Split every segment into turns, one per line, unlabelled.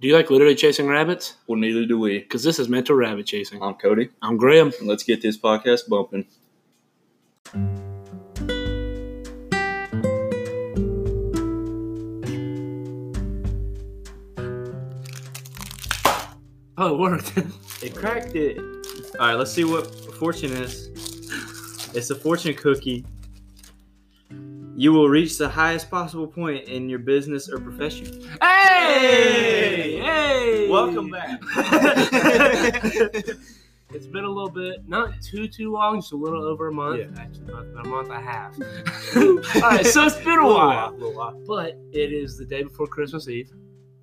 Do you like literally chasing rabbits?
Well, neither do we.
Because this is meant to rabbit chasing.
I'm Cody,
I'm Graham.
and let's get this podcast bumping.
Oh, it worked.
It cracked it. All right, let's see what fortune is. It's a fortune cookie. You will reach the highest possible point in your business or profession.
hey!
Hey!
Hey!
Welcome back.
It's been a little bit, not too, too long, just a little over a month.
Yeah.
Actually, about, about a month and a half. All right, so it's been a while.
Little while.
But it is the day before Christmas Eve.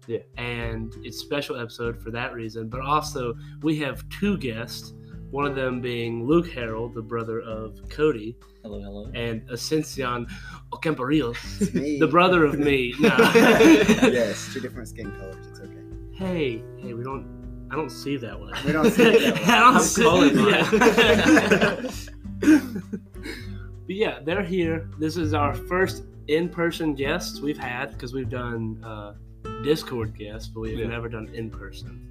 Yeah.
And it's a special episode for that reason. But also, we have two guests, one of them being Luke Harrell, the brother of Cody,
Hello, hello.
and Ascension Ocamporillos,
me.
the brother of me. No.
yes, two different skin colors. It's okay.
hey, hey, we don't. I don't see that one.
We don't see it that way.
I don't
I'm
see-
colorblind.
yeah. but yeah, they're here. This is our first in-person guests we've had because we've done uh, Discord guests, but we've
Yeah.
never done in-person.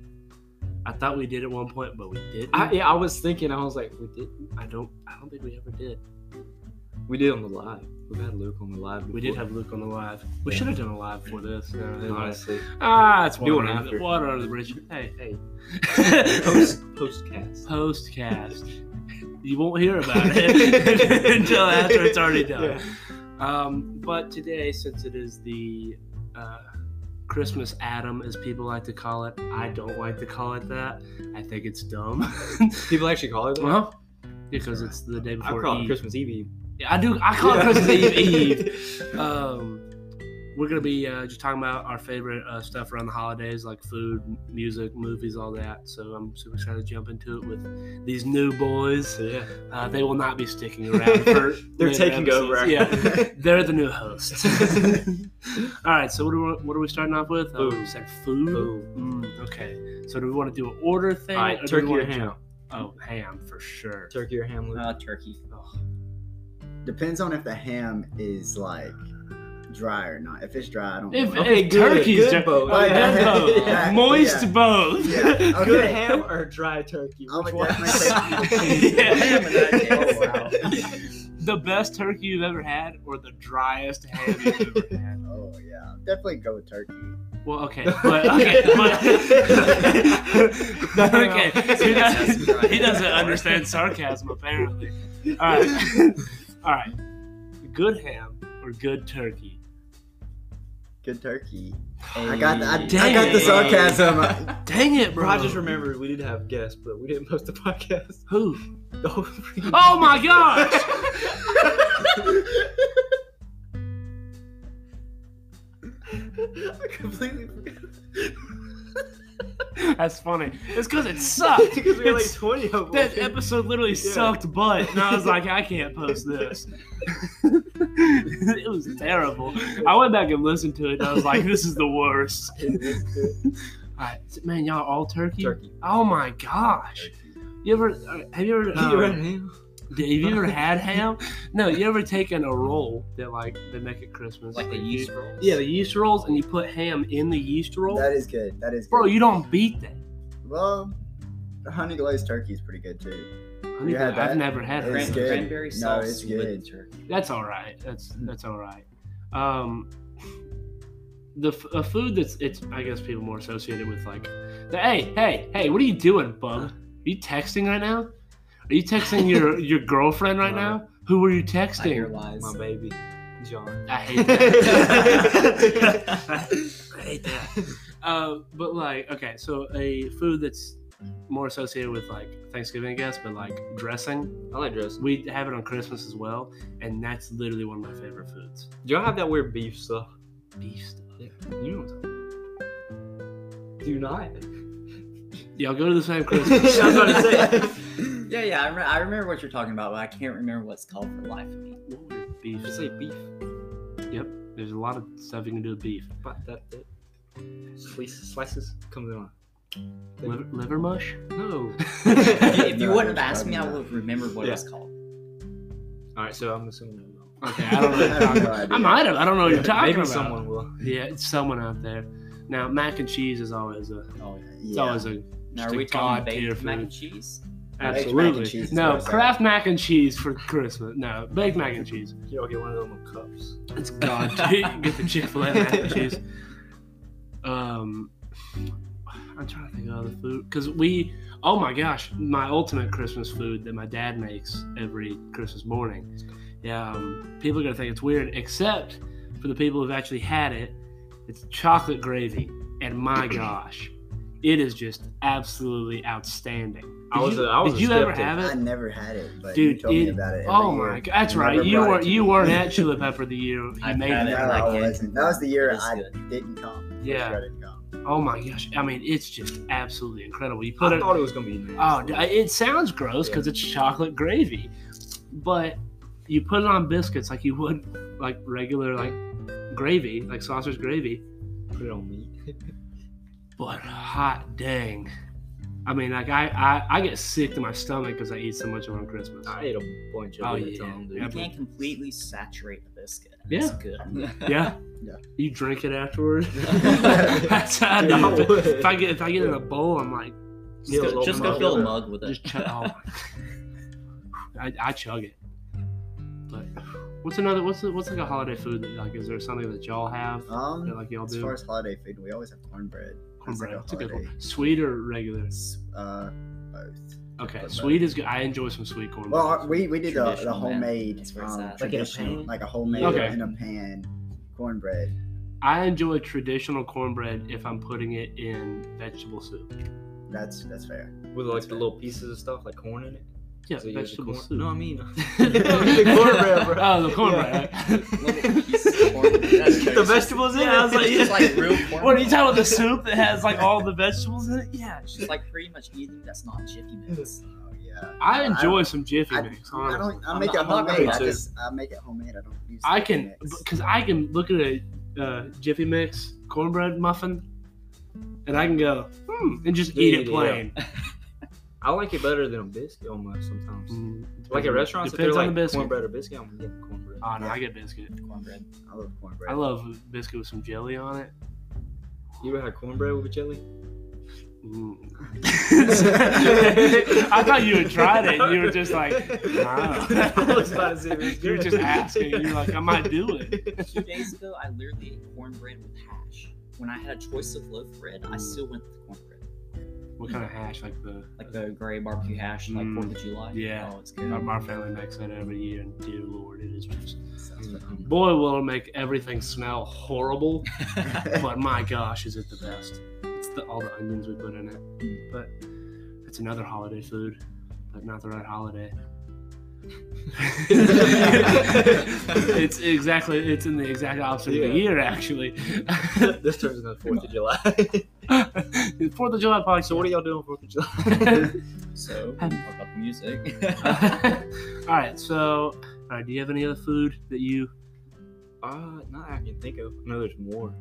I thought we did at one point, but we didn't.
I, yeah, I was thinking. I was like, we did.
I don't. I don't think we ever did.
We did on the live. We've had Luke on the live. Before.
We did have Luke on the live. We
Yeah.
should have done a live for this. No, they lied.
honestly.
Ah, it's water,
Do one
under the-
after.
water under the bridge. Hey, hey.
Post postcast.
Postcast. You won't hear about it until after it's already done. Um, but today, since it is the uh, Christmas Adam, as people like to call it, I don't like to call it that. I think it's dumb.
People actually call it. that?
well, because it's the day
I
before E.
call it
Eve.
Christmas Eve. Eve.
Yeah, I do. I call it
Yeah.
Christmas Eve. Eve um, we're gonna be uh, just talking about our favorite uh, stuff around the holidays, like food, m- music, movies, all that. So I'm super excited to jump into it with these new boys.
So, yeah.
Uh, they will not be sticking around. For
They're
later
taking
episodes.
over.
Yeah, they're the new hosts. all right, so what are we, what are we starting off with? Um,
Food.
you said food.
Food.
Mm, okay. So do we want to do an order thing?
All right,
or do we
turkey
wanna
or ham?
do- Oh, ham for sure.
Turkey or ham, Luke?
Uh, turkey.
Oh,
Depends on if the ham is like dry or not. If it's dry, I don't.
If,
want it.
Okay,
if
good,
turkey's
good
dri-
both.
Oh,
Yeah.
good both.
Yeah,
moist
yeah.
both.
Yeah, okay.
Good ham or dry turkey?
I
Which
would
one?
definitely
Yeah.
Oh, wow.
The best turkey you've ever had, or the driest ham you've ever had.
Oh yeah, definitely go with turkey.
Well, okay, but okay,
Oh,
but okay. He doesn't, he doesn't understand sarcasm apparently. All right, all right. Good ham or good turkey?
Good turkey. I got the I, I
Dang
got the
it.
sarcasm.
Dang it, bro!
Bro, I just remembered we did have guests, but we didn't post the podcast.
who.
The whole freaking-
Oh my gosh!
I completely forgot.
That's funny. It's because it sucked.
because we had like
It's-
20 of them.
That episode literally
Yeah.
sucked butt, and I was like, I can't post this. it was terrible. I went back and listened to it, and I was like, this is the worst. All right, man, y'all all turkey?
Turkey.
Oh my gosh! You ever uh, have you ever um,
you read ham?
have you ever had ham? No, you ever taken a roll that like they make at Christmas,
Like the
You-
yeast rolls.
Yeah, the yeast rolls, and you put ham in the yeast roll.
that is good. That is good.
Bro, you don't beat that.
well, the honey glazed turkey is pretty good too.
I
You had
I've
that?
never had
It's
ham.
Cran-
good.
Cranberry
No,
sauce
it's
with
good.
turkey.
That's all right. That's that's all right. Um, the f- a food that's it's I guess people more associated with like, the, hey hey hey, what are you doing, bub? Are you texting right now? Are you texting your your girlfriend right
No.
now? Who are you
I hear
texting?
lies.
My baby, John.
I hate that. I hate that. Uh, but like, okay, so a food that's more associated with like Thanksgiving, I guess, but like dressing.
I like dressing.
We have it on Christmas as well, and that's literally one of my favorite foods.
Do y'all have that weird beef stuff?
Beef stuff.
You know what I'm Do not.
Y'all go to the same
I was
Christmas.
about to say.
Yeah, yeah. I, rem- I remember what you're talking about, but I can't remember what's called for the life of me.
What would beef?
Just say beef.
Yep. There's a lot of stuff you can do with beef.
But that, that. Slices, slices comes on.
Liver, liver mush?
No.
If you, if you
No,
wouldn't have
that's
asked me, I
probably
would have remembered what
Yeah.
it was called.
All right, so I'm assuming.
Okay, I don't know.
I have no idea.
I might have. I don't know what you're talking
Maybe
about.
someone will.
Yeah, it's someone out there. Now mac and cheese is always a
Oh, yeah.
it's
Yeah.
always a
Now,
Just
are
a
we
god
talking
tier
baked mac
food.
and cheese?
Baked mac and
absolutely
cheese is what
no
I said.
Kraft mac and cheese for Christmas. No baked mac and cheese.
Y'all get one of them little cups.
It's god tier. Get the Chick Fil A mac and cheese. Um, I'm trying to think of other food because we. Oh my gosh, my ultimate Christmas food that my dad makes every Christmas morning. Yeah, um, people are gonna think it's weird, except for the people who've actually had it. It's chocolate gravy, and my gosh, it is just absolutely outstanding.
I
Did
was
you,
a- I was
did
a
you ever
skeptic.
have
I
it?
never had it, but
Dude,
you told me
it-
about it. every
Oh
year.
my god, that's
You
right.
never
You
brought it
were
to
you
me. Oh,
weren't at Chili Pepper the year you
I've
made
had
it.
it.
No,
I
I
like it.
wasn't. That was the year
It is
I
good.
didn't come.
Yeah.
I didn't come.
Oh my gosh! I mean, it's just absolutely incredible. You put
I
it.
thought it was gonna be.
Oh,
nasty.
d- it sounds gross because it's chocolate gravy, but you put it on biscuits like you would like regular like gravy, like sausage gravy.
put it on me.
But hot dang! I mean, like I I, I get sick to my stomach because I eat so much on Christmas.
I ate a bunch of
Oh,
it.
yeah.
Tom, dude.
Yeah,
You
but-
can't completely saturate the biscuit.
Yeah.
It's good.
Yeah.
Yeah.
You drink it afterward.
Just
That's how I
Dude, I
know. If,
would.
if I get if I get in a bowl, I'm like Yeah,
go,
little
just go
mug
fill
with
a
it.
mug with it.
just chug. Oh. I, I chug it. But what's another? What's the, what's like a holiday food? That, like, is there something that y'all have? that,
Um,
like y'all
as
do?
far as holiday food, we always have cornbread. That's like
Cornbread.
a
It's a good
holiday.
one. Sweet or regular?
Uh, both.
Okay,
But-
sweet is good. I enjoy some sweet cornbread.
Well, our- we, we did the, the
Traditional, man.
homemade,
That's where it's
um,
Like
at.
in a
traditional-
pan?
like a homemade
Okay.
in a pan cornbread.
I enjoy traditional cornbread if I'm putting it in vegetable soup.
That's that's fair.
With like the little pieces of stuff, like corn in it.
Yeah,
So you use the
vegetable
corn-
soup.
No, I mean
the
cornbread, bro.
Oh, the cornbread.
Little pieces of corn.
the
That's crazy.
vegetables in it. I was like,
Just like real corn.
What are you talking about? The soup that has like all the vegetables in it? Yeah.
It's just like pretty much anything that's not Jiffy Mix.
Oh yeah.
I
I-
enjoy some Jiffy
I,
mix.
I
honestly.
don't. I
I'm
make
not-
it
I'm not gonna
homemade. I
do it.
just I make it homemade. I don't use.
I
the
can
mix.
because I can look at a uh, Jiffy Mix cornbread muffin, and I can go hmm, and just eat
Eat
it
it,
plain.
I like it better than a biscuit almost sometimes.
Mm,
Like at restaurants,
depends
if they're
on
like
the biscuit.
cornbread or biscuit, I'm getting cornbread.
Oh no,
Yeah.
I get biscuit.
Cornbread.
I love cornbread.
I love biscuit with some jelly on it.
You ever had cornbread with jelly?
Mm. I thought you had tried it. And you were just like, nah.
I was about to say, it was
You were
good.
just asking. You're like, I might do it.
Two days ago, I literally ate cornbread with hash. When I had a choice of loaf bread, I still went with cornbread.
What kind of hash? Like the
Like the gray barbecue hash, like
Mm,
Fourth of July.
yeah.
Oh, it's
my,
good.
my family makes that every year, and dear lord, it is just
Sounds
Mm.
boy will it make everything smell horrible. but my gosh, is it the best? It's the, all the onions we put in it. But it's another holiday food, but not the right holiday. it's exactly it's in the exact opposite of
Yeah.
the year actually.
this turns into Fourth of July.
Fourth of July podcast.
so what are y'all doing on Fourth of July?
so, talk about the music.
all right, so all right, do you have any other food that you?
Uh, not that I can think of. No, there's more.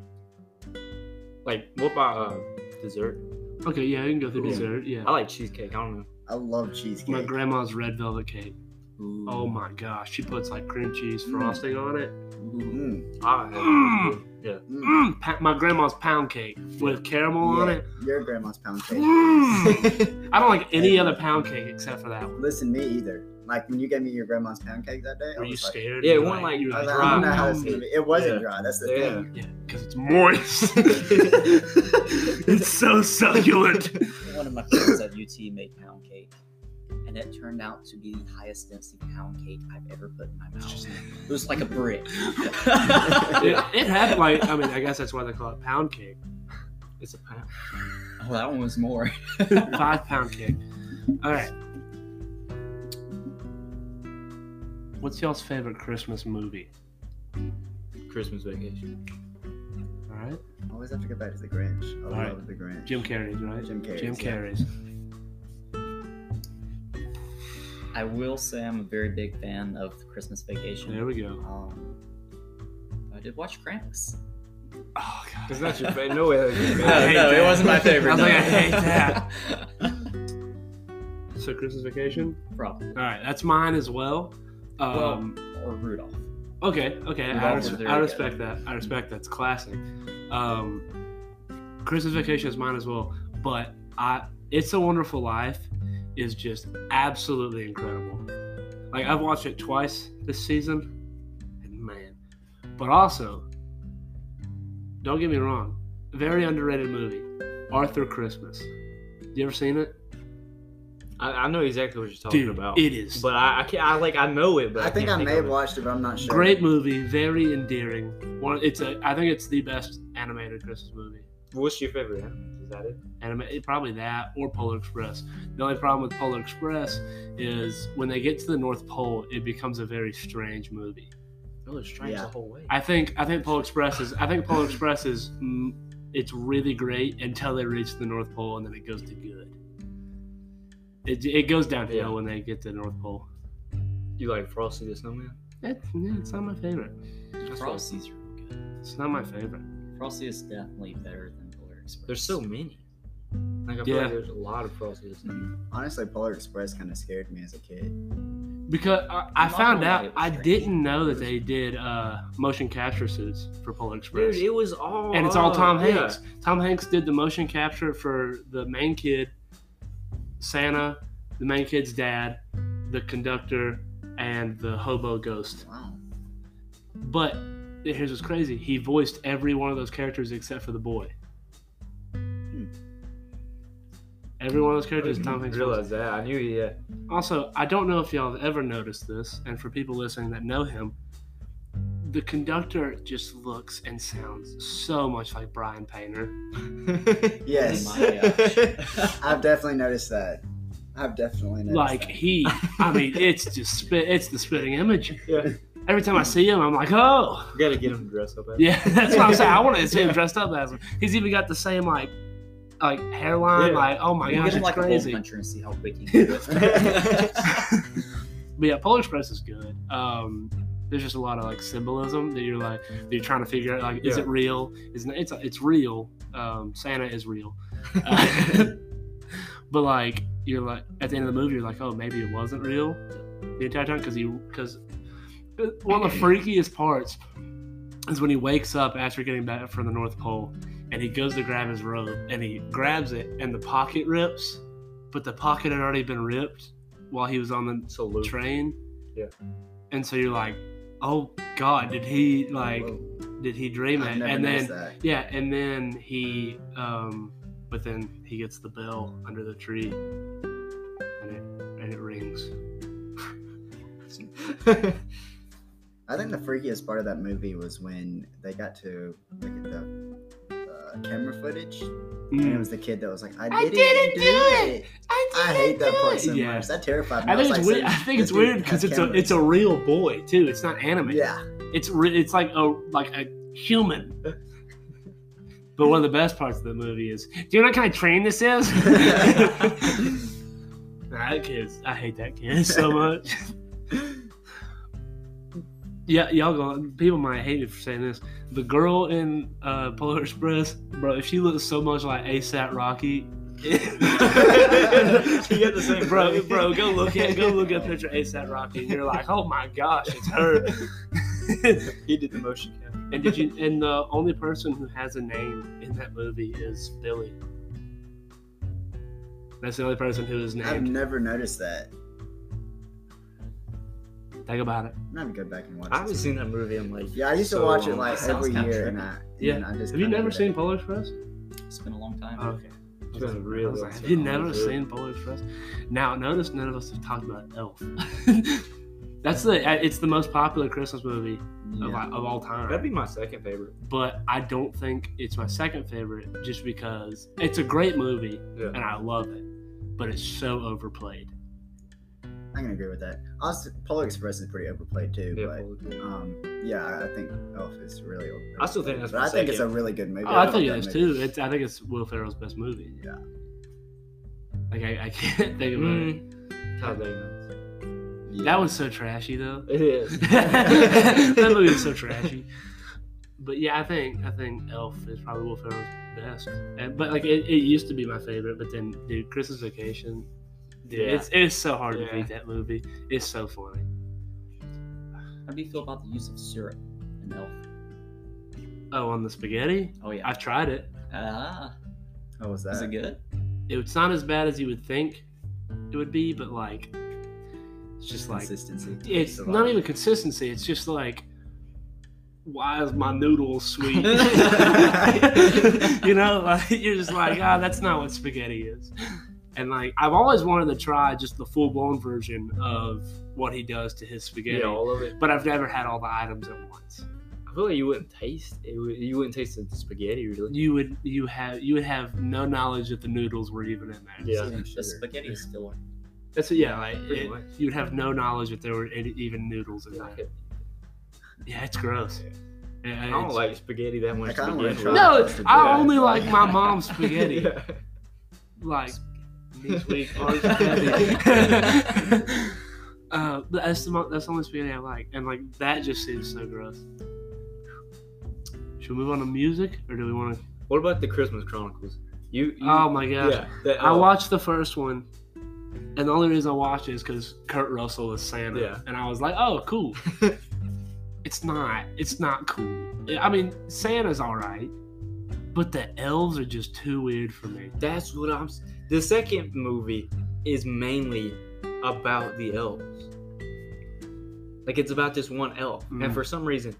Like, what about uh, dessert?
Okay, yeah, you can go through
Ooh.
dessert. Yeah,
Oh, I like cheesecake. I don't know.
I love cheesecake.
my grandma's red velvet cake.
Ooh.
Oh my gosh, she puts like cream cheese frosting on it.
Ooh.
Mm,
I
Mm.
yeah.
mm.
Mm, pa- my grandma's pound cake with caramel on
Yeah,
it.
Your grandma's pound cake.
Mm. I don't like any other pound cake except for that one.
Listen, me either. Like when you gave me your grandma's pound cake that day, I
Were you
was like,
scared?
Yeah,
You
it wasn't like-
you
I
were
was
like,
like, I don't know
"Rob,
how this is gonna be. It wasn't
Yeah.
dry. That's the
Yeah.
thing.
Yeah, because it's moist. it's so succulent.
One of my friends at UT made pound cake, and it turned out to be the highest density pound cake I've ever put in my mouth. it was like a brick.
It, it had like, I mean, I guess that's why they call it pound cake. It's a pound,
Oh, that one was more.
five pound cake. All right. What's y'all's favorite Christmas movie?
Christmas vacation.
All right,
I always have to go back to the Grinch. I love
Alright.
the Grinch.
Jim Carrey's, right?
Jim Carrey.
Jim Carrey's.
I will say I'm a very big fan of the Christmas Vacation.
There we go.
Um, I did watch Cranks.
Oh god.
It's not your favorite. No way. That's your
No,
I hate
favorite.
no,
that.
it wasn't my favorite.
I was
no.
like, I hate that. So Christmas vacation.
Probably.
All right, that's mine as well. Um,
Or Rudolph.
okay, okay, I,
Rudolph
res-
is very
I
good.
respect that. I respect that's classic. Um, Christmas Vacation is mine as well. But I, It's a Wonderful Life is just absolutely incredible. Like I've watched it twice this season, and man. But also, don't get me wrong, very underrated movie, Arthur Christmas. You ever seen it?
I, I know exactly what you're talking about.
it is
but I, I can't. I like. I know it, but
I think I
can't
may
think
have
of it.
watched it, but I'm not sure.
great movie, very endearing. One, it's a. I think it's the best animated Christmas movie.
What's your favorite? anime? Is that it?
anime, probably that or Polar Express. The only problem with Polar Express is when they get to the North Pole, it becomes a very strange movie.
Really strange
Yeah.
the whole way.
I think I think Polar Express is I think Polar Express is mm, it's really great until they reach the North Pole and then it goes to good. It, it goes downhill
Yeah.
when they get to the North Pole.
You like Frosty the Snowman?
It's, yeah, it's not my favorite.
Frosty's real good.
It's not my favorite.
Frosty is definitely better than Polar Express.
There's so many. Like I feel
Yeah.
like there's a lot of Frosty the Snowman.
Honestly, Polar Express kind of scared me as a kid.
Because I, I
I'm not
found
gonna lie,
out
it was
I
strange.
didn't know that they did uh, motion capture suits for Polar Express.
Dude, it was all
and it's all Tom
Oh, yeah.
Hanks. Tom Hanks did the motion capture for the main kid, Santa, the main kid's dad, the conductor, and the hobo ghost.
Wow.
But here's what's crazy: he voiced every one of those characters except for the boy. Every one of those
Hmm. I
characters,
didn't
Tom Hanks. voiced.
realize that. I knew he. Uh,
Also, I don't know if y'all have ever noticed this, and for people listening that know him, the conductor just looks and sounds so much like Brian Painter.
Yes,
Oh
My gosh.
I've definitely noticed that. I've definitely noticed
like
that.
he i mean it's just spit it's the spitting image
yeah,
every time i see him i'm like oh
we gotta get him to dress up. As
yeah that's what i'm saying i want to see him dressed up as him he's even got the same like like hairline
Yeah.
like oh my
You
gosh
give him
it's
like a
crazy
hole puncher and see how big he can do it.
but yeah polar express is good um there's just a lot of like symbolism that you're like that you're trying to figure out like is
Yeah.
it real is it it's it's real um santa is real Uh, but like you're like at the end of the movie you're like oh maybe it wasn't real the entire time because he because one of the freakiest parts is when he wakes up after getting back from the north pole and he goes to grab his robe and he grabs it and the pocket rips but the pocket had already been ripped while he was on the
So Luke.
train
Yeah.
and so you're like oh god did he like
Whoa.
did he dream
I've
it
never
and then
noticed that.
yeah, and then he, um, but then he gets the bell under the tree, and it and it rings.
I think the freakiest part of that movie was when they got to look at the uh, camera footage,
Hmm.
and it was the kid that was like, "I didn't,
didn't
do
do it!
it." I hate that part so
Yeah.
much. That terrified me.
I think
was
it's
like,
weird. I
so
think it's
this dude
weird because
has
it's a it's a
cameras.
real boy too. It's not anime.
yeah.
It's re- it's like a like a human. But one of the best parts of the movie is, do you know what kind of train this is? Nah, that kid, I hate that kid so much. yeah, y'all go. People might hate me for saying this. The girl in uh, Polar Express, bro, if she looks so much like ASAP Rocky,
you got the same
bro, bro, go look at go look at a picture of ASAP Rocky, and you're like, oh my gosh, it's her.
He did the motion capture.
and did you? And the only person who has a name in that movie is Billy. That's the only person who is
I've
named.
never noticed that.
Think about it.
I'm gonna go back and watch.
I haven't
this.
seen that movie. I'm like,
Yeah, I used
so
to watch it
long.
like
Sounds
every
kinda
year, and
trippy.
I and
Yeah.
I just
Have you
kinda
never
did
seen
it.
Polar Express?
It's been a long time.
Okay.
It's been a really
I was
long
like,
time.
have you never
Dude.
seen Polar Express? Now, notice none of us have talked about Elf. That's the uh, it's the most popular Christmas movie of,
Yeah.
of all time.
that'd be my second favorite.
but I don't think it's my second favorite just because it's a great movie
Yeah.
and I love it, but it's so overplayed.
I can agree with that. Also, Polar Express is pretty overplayed too,
Yeah,
but.
Polar Express.
Um, yeah, I- I think Elf is really. Overrated.
I still think that's
But
my
I think it's a
second.
really good movie.
Oh, I think
love
it is
that
too. It's I think it's Will Ferrell's best movie.
Yeah.
Like I, I can't think of it.
Mm.
um,
How they know.
movie.
That one's so trashy though.
It is.
that movie is so trashy. But yeah, I think I think Elf is probably Will Ferrell's best. And, but like it, it used to be my favorite, but then dude, Christmas Vacation, dude,
Yeah.
it's it's so hard to
Yeah.
beat that movie. It's so funny.
How do you feel about the use of syrup in Elf?
Oh, on the spaghetti,
Oh yeah.
I've tried it.
Ah,
How was that?
is it good?
It's not as bad as you would think it would be, but like, it's just like
Consistency.
it's
a
not
lot.
even consistency. It's just like, why is my noodle sweet? you know, like, you're just like, ah, that's not what spaghetti is. And like, I've always wanted to try just the full blown version of what he does to his spaghetti,
Yeah, all of it.
but I've never had all the items at once.
I feel like you wouldn't taste it. would- You wouldn't taste the spaghetti really.
You would you have you would have no knowledge that the noodles were even in there.
Yeah.
Same
The
sugar.
spaghetti is filler.
That's yeah, like
Pretty
it,
much.
you'd have no knowledge if there were any, even noodles in that. Yeah, it's gross. Yeah,
I don't
it's-
like spaghetti that much.
I
to
kinda wanna
begin with.
try
No, it's, I
Yeah.
only like my mom's spaghetti.
Yeah.
Like these week
Or
ours spaghetti. uh, but that's the mo- that's the only spaghetti I like, and like that just seems so gross. Should we move on to music, or do we want to?
What about the Christmas Chronicles? You, you
Oh my gosh,
yeah, that-
I
oh,
watched the first one, and the only reason I watched it is because Kurt Russell is Santa,
Yeah.
and I was like, "Oh, cool." it's not. It's not cool. I mean, Santa's all right, but the elves are just too weird for me.
That's what I'm. s- The second movie is mainly about the elves. Like it's about this one elf,
Mm.
and for some reason,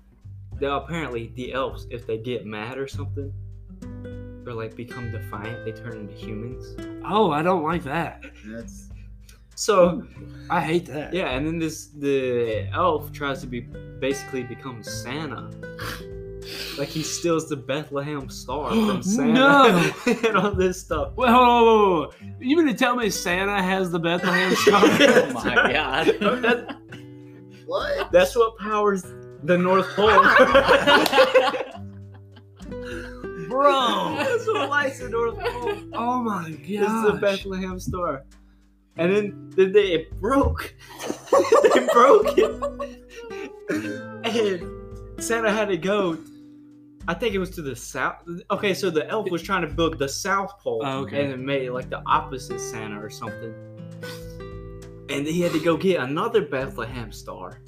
they apparently the elves, if they get mad or something, or like become defiant, they turn into humans.
Oh, I don't like that.
That's
Oh
So
I hate that.
yeah, and then this the elf tries to be basically become Santa. Like he steals the Bethlehem star from Santa
No.
and all this stuff.
Wait, hold on, whoa, whoa, whoa. You mean to tell me Santa has the Bethlehem Star?
Oh my god.
That's-
what?
That's what powers the North Pole.
Bro!
That's what lights the North Pole.
Oh my
This is the
god.
Bethlehem Star. And then, then they, it broke. they broke it. And Santa had to go. I think it was to the south. Okay, so the elf was trying to build the South Pole.
Oh, okay.
And it made it like the opposite Santa or something. And he had to go get another Bethlehem Star.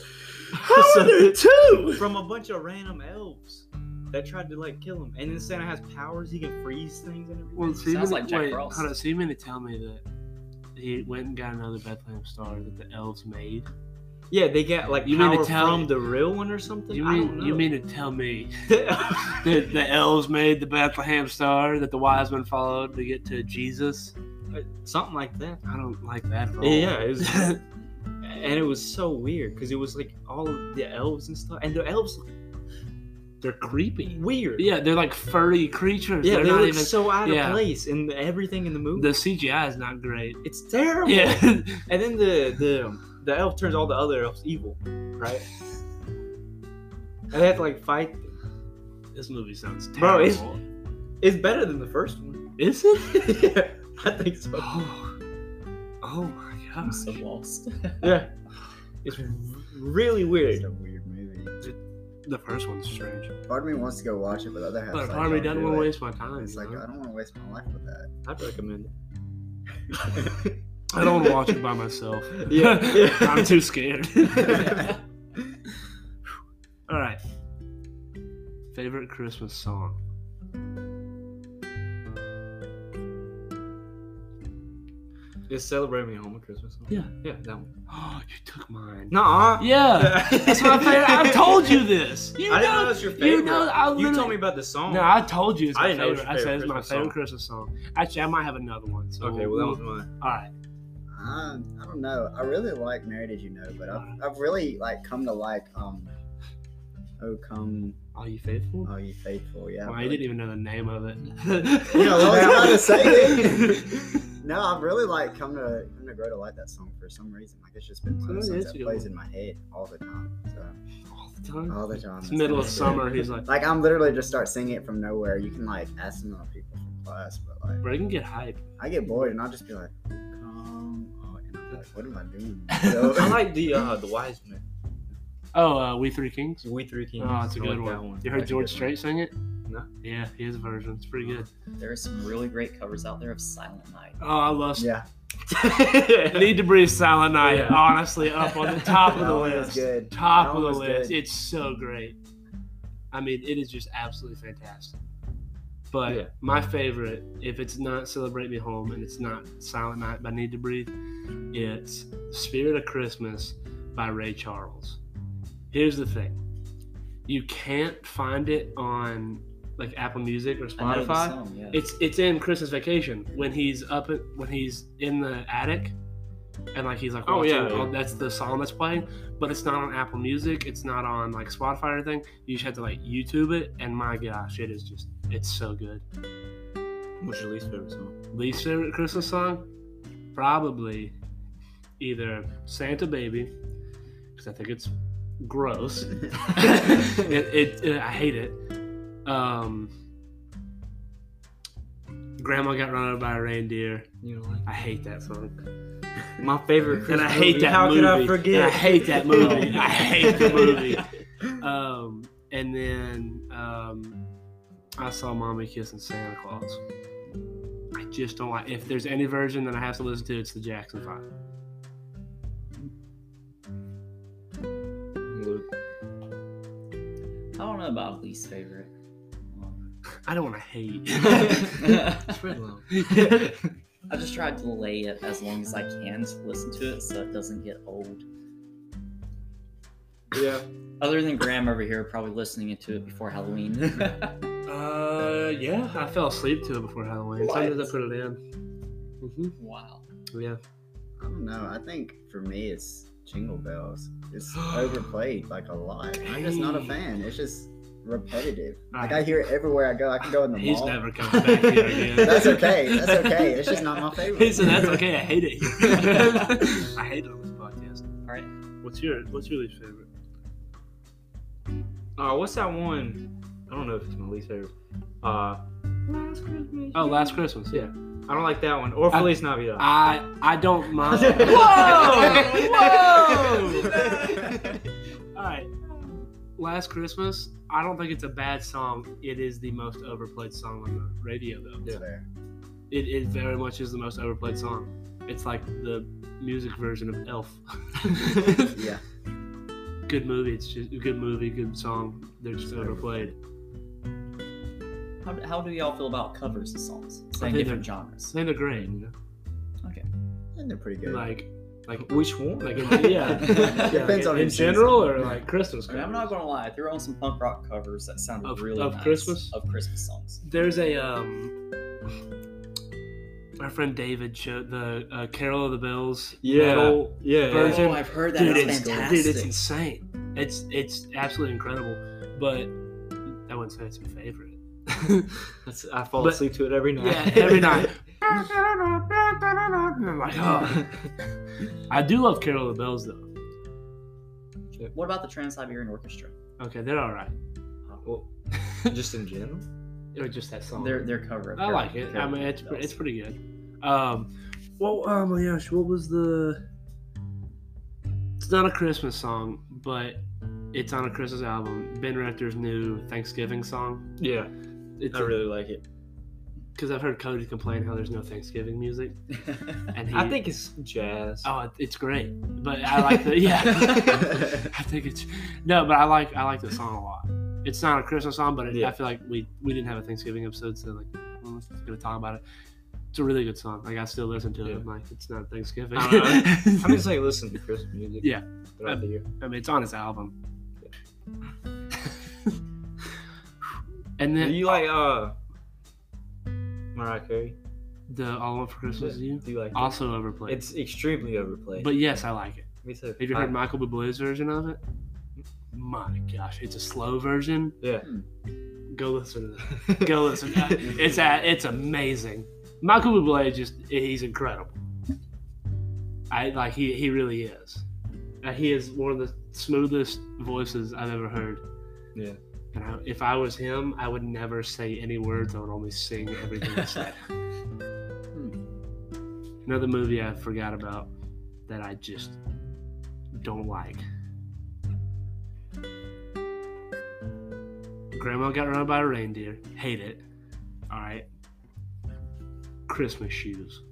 So-
two?
from a bunch of random elves that tried to like kill him. And then Santa has powers; he can freeze things and everything.
Well, so you
Sounds
mean-
like Jack
wait,
Frost.
hold on, so you mean to tell me that he went and got another Bethlehem Star that the elves made?
Yeah, they got like
You mean
power
to tell-
from the real one or something.
You
I
mean
don't know.
you mean to tell me that the elves made the Bethlehem Star that the wise men followed to get to Jesus?
something like that?
I don't like that at all.
Yeah, it was, and it was so weird because it was like all of the elves and stuff, and the elves look
they're creepy.
weird.
Yeah, they're like furry creatures.
yeah,
they're
they
not
look
even.
so out
yeah.
of place in the, everything in the movie.
the CGI is not great.
it's terrible.
Yeah.
and then the the the elf turns all the other elves evil, right? and they have to like fight
This movie sounds
Bro,
terrible.
it's- It's better than the first one.
Is it?
yeah, I think so.
Oh, oh my
I'm
gosh.
so lost.
Yeah. It's really
It's
weird.
a weird movie.
The first one's strange.
Part of me wants to go watch it, but the other half.
But part of me doesn't want to waste my time.
It's
you
like
know?
I don't want to waste my life with that.
I'd recommend
I don't want to watch it by myself.
it. Yeah. yeah.
I'm too scared. All right. Favorite Christmas song?
Just celebrate me home at Christmas. huh?
Yeah.
Yeah, that one.
Oh, you took mine.
Nuh-uh.
Yeah. That's my favorite. I told you this. You
I didn't know
know.
that's your favorite.
you know, I
You told
literally-
me about the song.
No, I told you it's
I
my
didn't know it was
favorite.
your
I said it's
favorite
my
Christmas
favorite
song.
Christmas song. Actually, I might have another one. So
okay, well, that was mine.
all right.
Um, I don't know. I really like Mary Did You Know, but I've, I've really like come to like um, Oh Come,
Are you faithful?
Oh You Faithful. Yeah.
Well,
I've
I
really-
didn't even know the name of it.
You know, I was about to say it. No, I've really like come to come to grow to like that song for some reason. Like it's just been one of
Oh,
the songs
that's a
that
good
plays
one.
in my head all the time. So
All the
Oh,
time.
all the time.
It's
that's
middle
how
of
I do it.
summer. He's like,
Like I'm literally just start singing it from nowhere. You can like ask some other people from class, but like
bro, you can get hype.
I get bored and I'll just be like, come on. And I'm like, what am I doing? So,
I like the uh, the wise men.
Oh, uh, We Three Kings.
We three kings.
Oh, it's a
I
good
like that
one. You heard
That's a
George
good
Strait sing it?
No.
Yeah, his version. It's pretty good.
there are some really great covers out there of Silent Night.
Oh, I love.
yeah.
Need to breathe Silent Night.
Yeah.
Honestly, up on the top of
That
the
one was
list.
good.
Top
That
of
one
the
was
list.
good.
It's so great. I mean, it is just absolutely fantastic. But
Yeah.
my favorite, if it's not Celebrate Me Home and it's not Silent Night by Need to Breathe, it's Spirit of Christmas by Ray Charles. Here's the thing you can't find it on like Apple Music or
I know the
Spotify.
song, yeah.
It's it's in Christmas Vacation when he's up at, when he's in the attic, and like he's like,
Oh,
watching-
yeah, yeah.
that's the song that's playing. But it's not on Apple Music. It's not on like Spotify or anything. You just have to like YouTube it. And my gosh, it is just it's so good.
What's your least favorite song?
Least favorite Christmas song, probably either Santa Baby, because I think it's gross. it, it, it- I hate it. Um, Grandma got run over by a reindeer.
You know, like
I hate that song,
my favorite.
and I
Christmas
hate
movie.
that
How
movie.
could I forget?
And I hate that movie. I hate the movie. Um, and then um, I saw Mommy kissing Santa Claus. I just don't like. If there's any version that I have to listen to, it's the Jackson Five.
Luke.
I don't know about least favorite. Um,
I don't want to hate.
Spread love.
I just try to delay it as long as I can to listen to it so it doesn't get old.
Yeah.
Other than Graham over here probably listening to it before Halloween.
Uh, yeah, I fell asleep to it before Halloween. Sometimes I
What?
put it in. hmm
wow.
Yeah.
I don't know. I think for me, it's Jingle Bells. It's overplayed like a lot. I'm just not a
Dang.
fan. It's just repetitive.
All
Like
right.
I hear it everywhere I go. I can go in the
He's
mall.
never coming back here again.
That's okay. That's okay. It's just not my favorite.
He said, that's okay. I hate it. here." I hate it on this podcast.
All right.
What's your What's your least favorite?
Uh, what's that one? I don't know if it's my least favorite. Uh, Last Christmas.
Oh, Last Christmas. Yeah.
I don't like that one. Or
I-
Feliz Navidad.
I I don't mind. All right. Last Christmas. I don't think it's a bad song. It is the most overplayed song on the radio, though.
It's fair.
It, it very much is the most overplayed song. It's like the music version of Elf.
Yeah.
good movie. It's just a good movie, good song. They're just overplayed.
How, how do y'all feel about covers of songs?
think
Saying different
they're-
genres.
And they're great. you know?
And they're pretty good.
Like, like,
Which one?
like, in, yeah. yeah. in,
Depends on
in
who sings
general
it.
or like Christmas.
I mean, I'm not gonna lie, I threw on some punk rock covers that sounded
Of-
really
of
nice
Christmas?
of Christmas songs.
There's a um, our friend David showed the uh, Carol of the Bells.
Yeah.
metal
Yeah. yeah.
Virgin-
Oh, I've heard that.
dude,
That's
it's
fantastic.
dude, it's insane. It's it's absolutely incredible. But I wouldn't say it's my favorite.
That's, I fall
But-
asleep to it every night.
yeah, every night. I'm like, oh. I do love Carol of the Bells though.
What about the Trans Siberian Orchestra?
Okay, they're all right.
Well, just in general.
Or just that song.
Their their cover. Of
I
Carol-
like it. I
Carol
mean, it's
Bells.
pre- it's pretty good. Um, well, oh my gosh, what was the? It's not a Christmas song, but it's on a Christmas album. Ben Rector's new Thanksgiving song.
Yeah.
It's
I Oh, really like it.
because I've heard Cody complain how there's no Thanksgiving music, and he,
I think it's jazz.
oh, it- it's great. But I like the yeah. I think it's no, but I like I like the song a lot. It's not a Christmas song, but it,
Yeah.
I feel like we we didn't have a Thanksgiving episode, so like we're just gonna talk about it. It's a really good song. Like I still listen to it.
Yeah.
I'm like it's not Thanksgiving.
I don't know.
I,
I'm just like listening to Christmas music.
Yeah.
Throughout the year.
mean, it's on his album. and
Do
then
you like uh Mariah Carey?
the All I Want for Christmas is
Yeah.
You
Do you like? it?
also overplayed.
It's extremely overplayed.
but yes, I like it.
me too.
Have you heard Michael Bublé's version of it? My gosh, it's a slow version.
Yeah.
Go listen to that. go listen. Uh, It's a, it's amazing. Michael Bublé just he's incredible. I like he he really is. Uh, he is one of the smoothest voices I've ever heard.
Yeah.
And I, if I was him, I would never say any words. I would only sing everything he said. Another movie I forgot about that I just don't like. Grandma got run by a reindeer. Hate it. All right. Christmas shoes.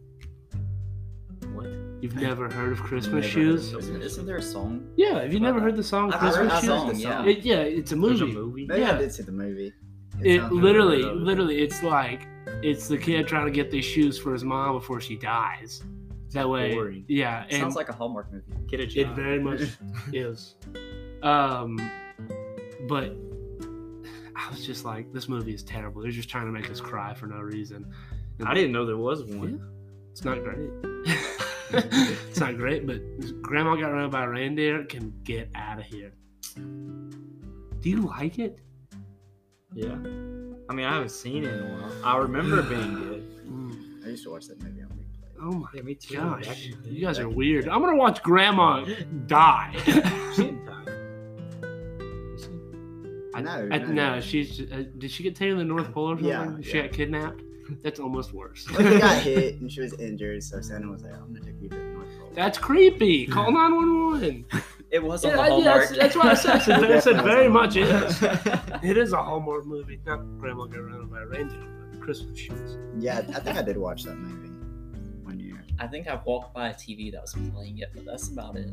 What?
You've never heard of Christmas
Never heard of
shoes?
those.
Isn't, isn't there a song?
Yeah. Have you never heard the song
I've
Christmas
heard that
shoes?
song.
Christmas
Yeah.
song.
It- yeah, it's a
There's
movie.
a movie.
Maybe
Yeah.
I did see the movie.
it
sounds
literally,
familiar, though.
literally, it's like it's the kid trying to get these shoes for his mom before she dies. That way,
Boring.
yeah, and
Sounds like a Hallmark movie.
Get a
it
job.
very much is. Um, but I was just like, this movie is terrible. They're just trying to make us cry for no reason. And
I didn't know there was one.
It's not great. it's not great, but Grandma got run by a reindeer. Can get out of here. Do you like it?
Yeah. I mean, I haven't seen it in a while. I remember it being good.
Mm.
I used to watch that movie on replay.
Oh my
Yeah, me too.
gosh, you guys are weird. I'm gonna watch Grandma die. I-
No,
I,
no,
no, she's. Uh, did she get taken to the North Pole or something?
Yeah,
she
yeah.
got kidnapped. That's almost worse.
Like, he got hit and she was injured, so Santa was like, "I'm gonna take you to the North Pole."
That's creepy. Call 911.
It was
Yeah,
on the
I- yeah,
Hallmark.
that's, that's why I said
It
it. I said
definitely
very much
was on
is. It is a Hallmark movie. Not Grandma Got Run by a Reindeer, but Christmas shoes.
yeah, I think I did watch that movie one year.
I think I walked by a TV that was playing it, but that's about it.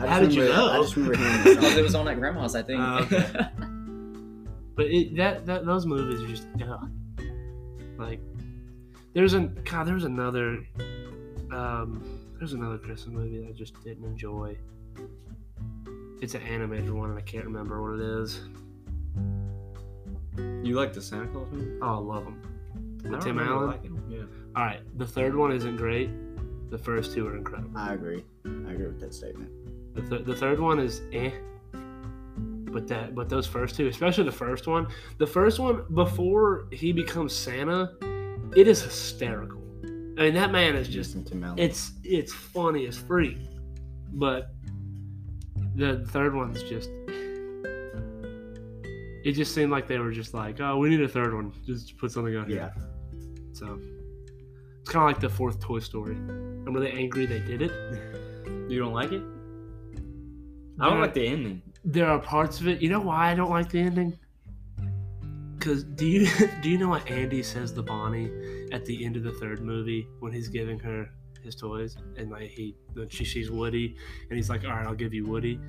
I
How
just
did you
remember-
know?
I just remember hearing the
Because
song.
it was on at grandma's, I think.
Oh, okay.
Um, But it, that, that those movies are just ugh. like there's an God. There's another um, there's another Christmas movie that I just didn't enjoy. It's an animated one, and I can't remember what it is.
You like the Santa Claus movie?
Oh, I love them.
I
With
don't
Tim
remember
Allen.
liking it. Yeah.
All right, the third one isn't great. The first two are incredible.
I agree. I agree with that statement.
The, th- the third one is eh. But that, but those first two, especially the first one, the first one before he becomes Santa, it is hysterical. I mean, that man is just,
Jason Timberlake.
it's it's funny as freak. But the third one's just, it just seemed like they were just like, oh, we need a third one, just put something out here.
yeah.
So it's kind of like the fourth Toy Story. I'm really angry they did it.
You don't like it? I don't
Yeah.
like the ending.
there are parts of it. You know why I don't like the ending? Cause do you do you know what Andy says to Bonnie at the end of the third movie when he's giving her his toys and like he when she sees Woody and he's like, all right, I'll give you Woody.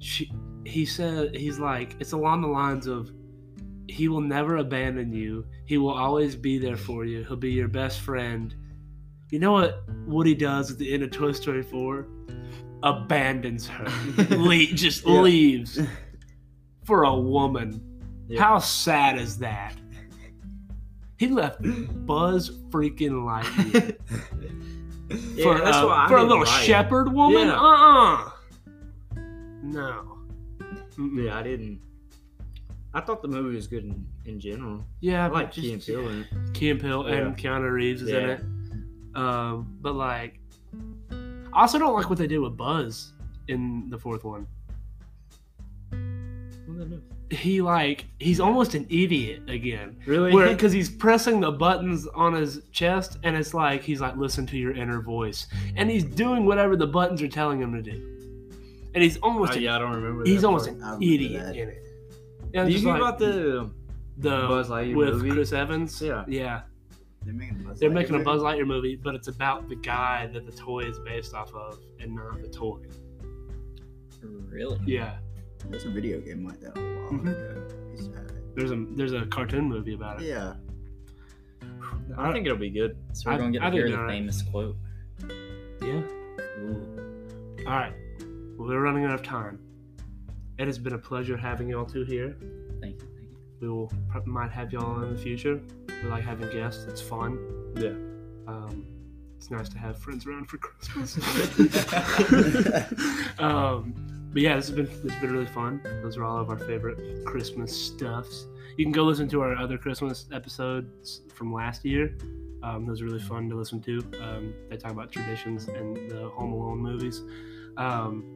She he said he's like it's along the lines of he will never abandon you. He will always be there for you. He'll be your best friend. You know what Woody does at the end of Toy Story 4? Abandons her. Le- just
Yeah.
leaves for a woman.
Yeah.
How sad is that? He left Buzz freaking Lightyear for,
that's
a,
why I
for a
didn't
little
like it.
shepherd woman.
Yeah.
Uh uh No. Mm-mm.
Yeah, I didn't. I thought the movie was good in, in general.
Yeah,
I
but
like Key and
just-
Peele in it.
Key and Peele and Keanu Reeves is in
Yeah.
it. Um, but like, I also don't like what they did with Buzz in the fourth one. He like he's almost an idiot again,
Really?
where because he's pressing the buttons on his chest, and it's like he's like listen to your inner voice, and he's doing whatever the buttons are telling him to do, and he's almost
Oh,
an-
yeah, I don't remember.
he's
that
almost
part.
an
I remember
idiot
that.
in it. Yeah,
Do you
just
hear
like
about the um,
the
Buzz Lightyear
with
movie?
Chris Evans?
Yeah.
yeah.
They're making a Buzz
They're
Lightyear
making a
movie?
Buzz Lightyear movie, but it's about the guy that the toy is based off of, and not the toy.
really?
Yeah,
There's a video game like that a while
Mhm.
ago. It's, uh,
there's a there's a cartoon movie about it.
Yeah.
I think it'll be good.
So we're
I-
going to
I
get to hear
did
the
not.
famous quote.
Yeah.
Ooh.
All right. Well, we're running out of time. It has been a pleasure having y'all two here.
Thank you. Thank you.
We will pro- might have y'all in the future. We like having guests. It's fun.
Yeah.
Um, it's nice to have friends around for Christmas.
yeah.
um, but yeah, this has been this has been really fun. Those are all of our favorite Christmas stuffs. You can go listen to our other Christmas episodes from last year. Um, those are really fun to listen to. Um, they talk about traditions and the Home Alone movies. Um,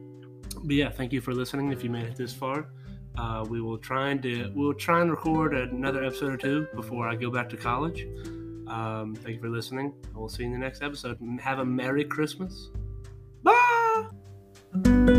but yeah, thank you for listening. If you made it this far, uh, we will try and do, we'll try and record another episode or two before I go back to college. Um, thank you for listening. We'll see you in the next episode. Have a Merry Christmas. Bye.